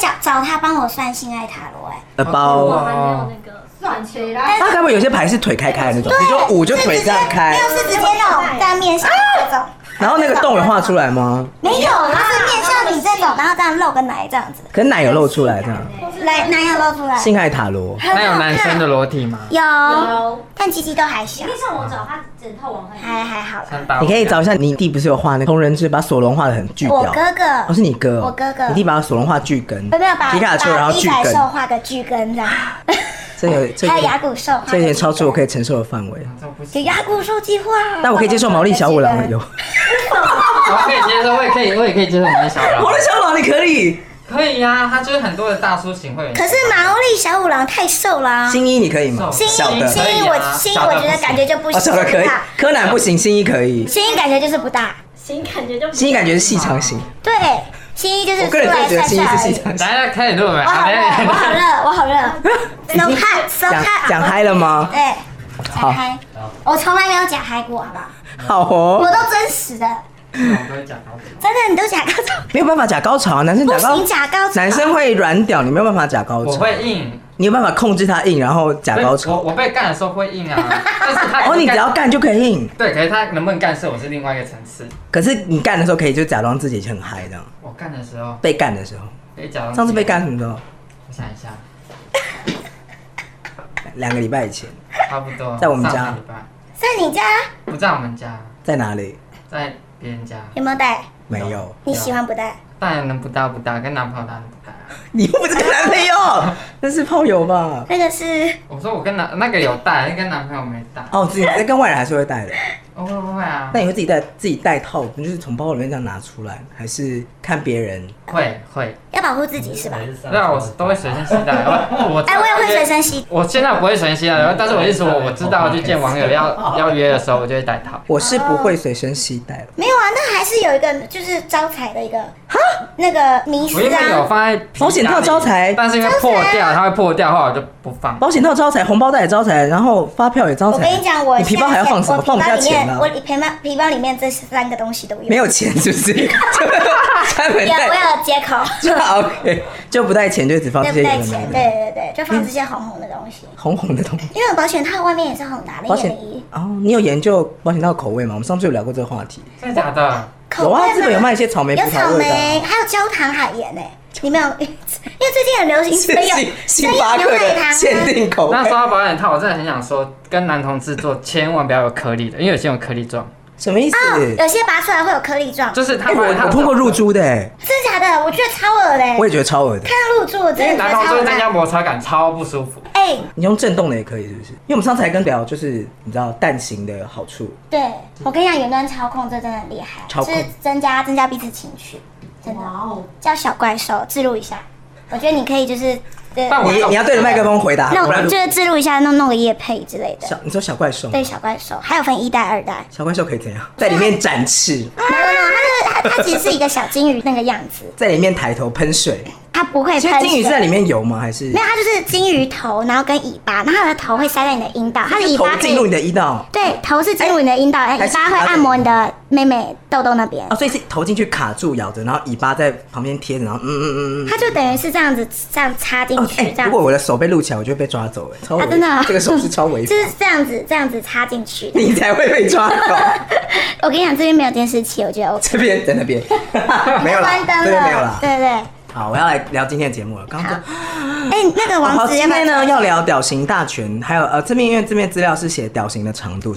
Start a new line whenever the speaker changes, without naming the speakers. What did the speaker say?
找找他帮我算性爱塔罗哎、
呃
我
包，
还没有那个
算起来，
那该不会有些牌是腿开开的那种？你就五就腿这样开
没，有是直接那种在面向这种，
然后那个洞有画出来吗？
没有，就是面向你这种，然后这样露个奶这样子，
可是奶有露出来这样。
奶奶有露出来，
性爱塔罗，
很好
那
看
有男生的裸体吗？
有，
有，
但鸡鸡都还小
你可，以上网找他整套网
还
拍。
还好啦。
三八五
你可以找一下你弟，不是有画那个同人志，把索隆画的很锯
我
掉。
哥哥
哦，是你哥哦，
我哥哥
你弟把索隆画锯根，
没有把
皮卡丘然后
把
锯
一百
根
兽，画个巨根这样，
这有这
还
有
有牙骨兽，
这有点超出我可以承受的范围。
这不行
有牙骨兽计划，
但我可以接受毛利小五郎
啊
的有，
我可以接受，我也可以，我也可以接受你 的小老
毛利小五郎你可以，
可以呀、他就是很多的大叔型会员。
可是毛利小五郎太瘦啦，
新一你可以吗？
瘦
小
新一
的
新一
可以
我
啊
新一我觉得感觉就不
哦，
行，
小的可以
不大，
柯南不行，新一可以，
新一感觉就是不大，
行，感觉就
新一感觉是细长型，
对，新一就是
我
出
个人真
来
的觉
晒
得
晒
新一是
而
细
已。
长型。
来来，开始录了，
我好热，我 好热，我好热，so
已经
hot so
讲
hot，
讲嗨了吗？
啊对，
好
讲嗨，我从来没有讲嗨过，好不好？
好哦
我，都真实的，
我不会讲好
真的你都假高潮，
没有办法假高潮啊，男生假
不
高
行，假高潮，
男生会软屌，你没有办法假高
我
潮，
会硬，
你有办法控制他硬，然后假高
我
潮。
我被干的时候会 硬啊，但是他
哦，你只要干就可以硬，
对，可是他能不能干是我是另外一个层次。
可是你干的时候可以就假装自己很嗨这样。
我干的时候
被干的时候，
可以假装。
上次被，干什么时候？
我想一下，
两个礼拜以前，
差不多。
在我们家
上个礼拜
在你家
不在我们家，
在哪里？
在别人家，
有没有带？
没有，
你喜欢不带？
当然能不搭不搭，跟男朋友当然不搭。
你又不是跟男朋友， 那是炮友吧？
那个是
我说我跟男那个有带，跟男朋友没带。
哦，自己在跟外人还是会带的，
我会不会啊
那？你会自己带自己带套，你就是从包包里面这样拿出来，还是看别人？
会会，
要保护自己是吧？
对啊，我都会随身携 带。我我
哎，我也会随身吸，
我现在不会随身携带，但是我是说我知道去见网友要要约的时候，我就会带套。
我是不会随身携带的。
没有啊，那还是有一个就是招财的一个哈那个迷
我因
思
为有
啊，
放在皮夹里
保险套招财
但是因为破掉，它会破掉，后来我就不放。
保险套招财，红包袋也招财，然后发票也招
我
财。
跟你讲，我
你皮包还要放什么？
我皮包
放不下
里
钱
面，
啊
我？皮包皮包里面这三个东西都有，
没有钱是 不是？ 专门
有我
带
有接口，
就 OK，就不带钱，就只放
对
哦这
不对？
些有的
钱，
没
对
的
对对，就放这些红红的东西。
红红的东西。
因为保险套外面也是红的啊，那
保险
眼衣
哦，你有研究保险套口味吗？我们上次有聊过这个话题。
真的假的？
口
有
味
啊，
吗
日本有卖一些草莓葡
有
萄
草
味的啊。
莓，还有焦糖海盐呢。你没有？因为最近很流行
是
所以有
星星巴克
啊
的限定口味
那，说到保险套，我真的很想说，跟男同志做千万不要有颗粒的，因为有些有颗粒状，
什么意思？
哦，有些拔出来会有颗粒状，
就是他
哎我
把它
我碰过入珠的，哎
真假的？我觉得超恶的欸。
我也觉得超恶的。
看到入住，我
因
真
为
的觉
男
得
同
超
志
恶
增加
心。
摩擦感超不舒服。
哎，
你用震动的也可以，是不是？因为我们上次还跟聊，就是你知道蛋形的好处，
对我跟你讲，远端操控这真的很厉害，
操
就
控
是增加增加彼此情绪，真的
哇哦，
叫小怪兽置入一下。我觉得你可以就是，对
但我
你你要对着麦克风回答。
那
不然
我就是置入一下，弄弄个叶配之类的。
小，你啊说小怪兽吗，
对小怪兽，还有分一代、二代。
小怪兽可以怎样？在里面展翅，
没有没有，它是它它其实是一个小金鱼那个样子，
在里面抬头喷水。
它不会
其实
喷
金鱼是在
水。
里面游吗？还是
没有，它就是金鱼头，然后跟尾巴，然后它的头会塞在你的阴道，它的尾
头
巴可
进入
以
你的阴道？
对头是进入你的阴道，然后
还
尾
是
巴
啊
会按摩你的妹妹痘痘那边
啊，，所以是头进去卡住咬着，然后尾巴在旁边贴着，然后嗯嗯嗯嗯。
它就等于是这样子这样插进
哦，哎、
嗯去，这样
如果我的手被录起来，我就会被抓走哎，超违、
啊真的啊
这个手是超违法
就，是这样子这样子插进去 的。
你才会被抓 走。
我跟你讲，这边没有监视器，我觉得 OK。
这边在 那边，没有啦
关，灯
这边没有
了，
啦。
对对。
好，我要来聊今天的节目了。刚刚就
哎，那个
哦好，
王子
今
要不
天
要
呢要聊屌型大全，还有呃这边因为这边资料是写屌型的长度，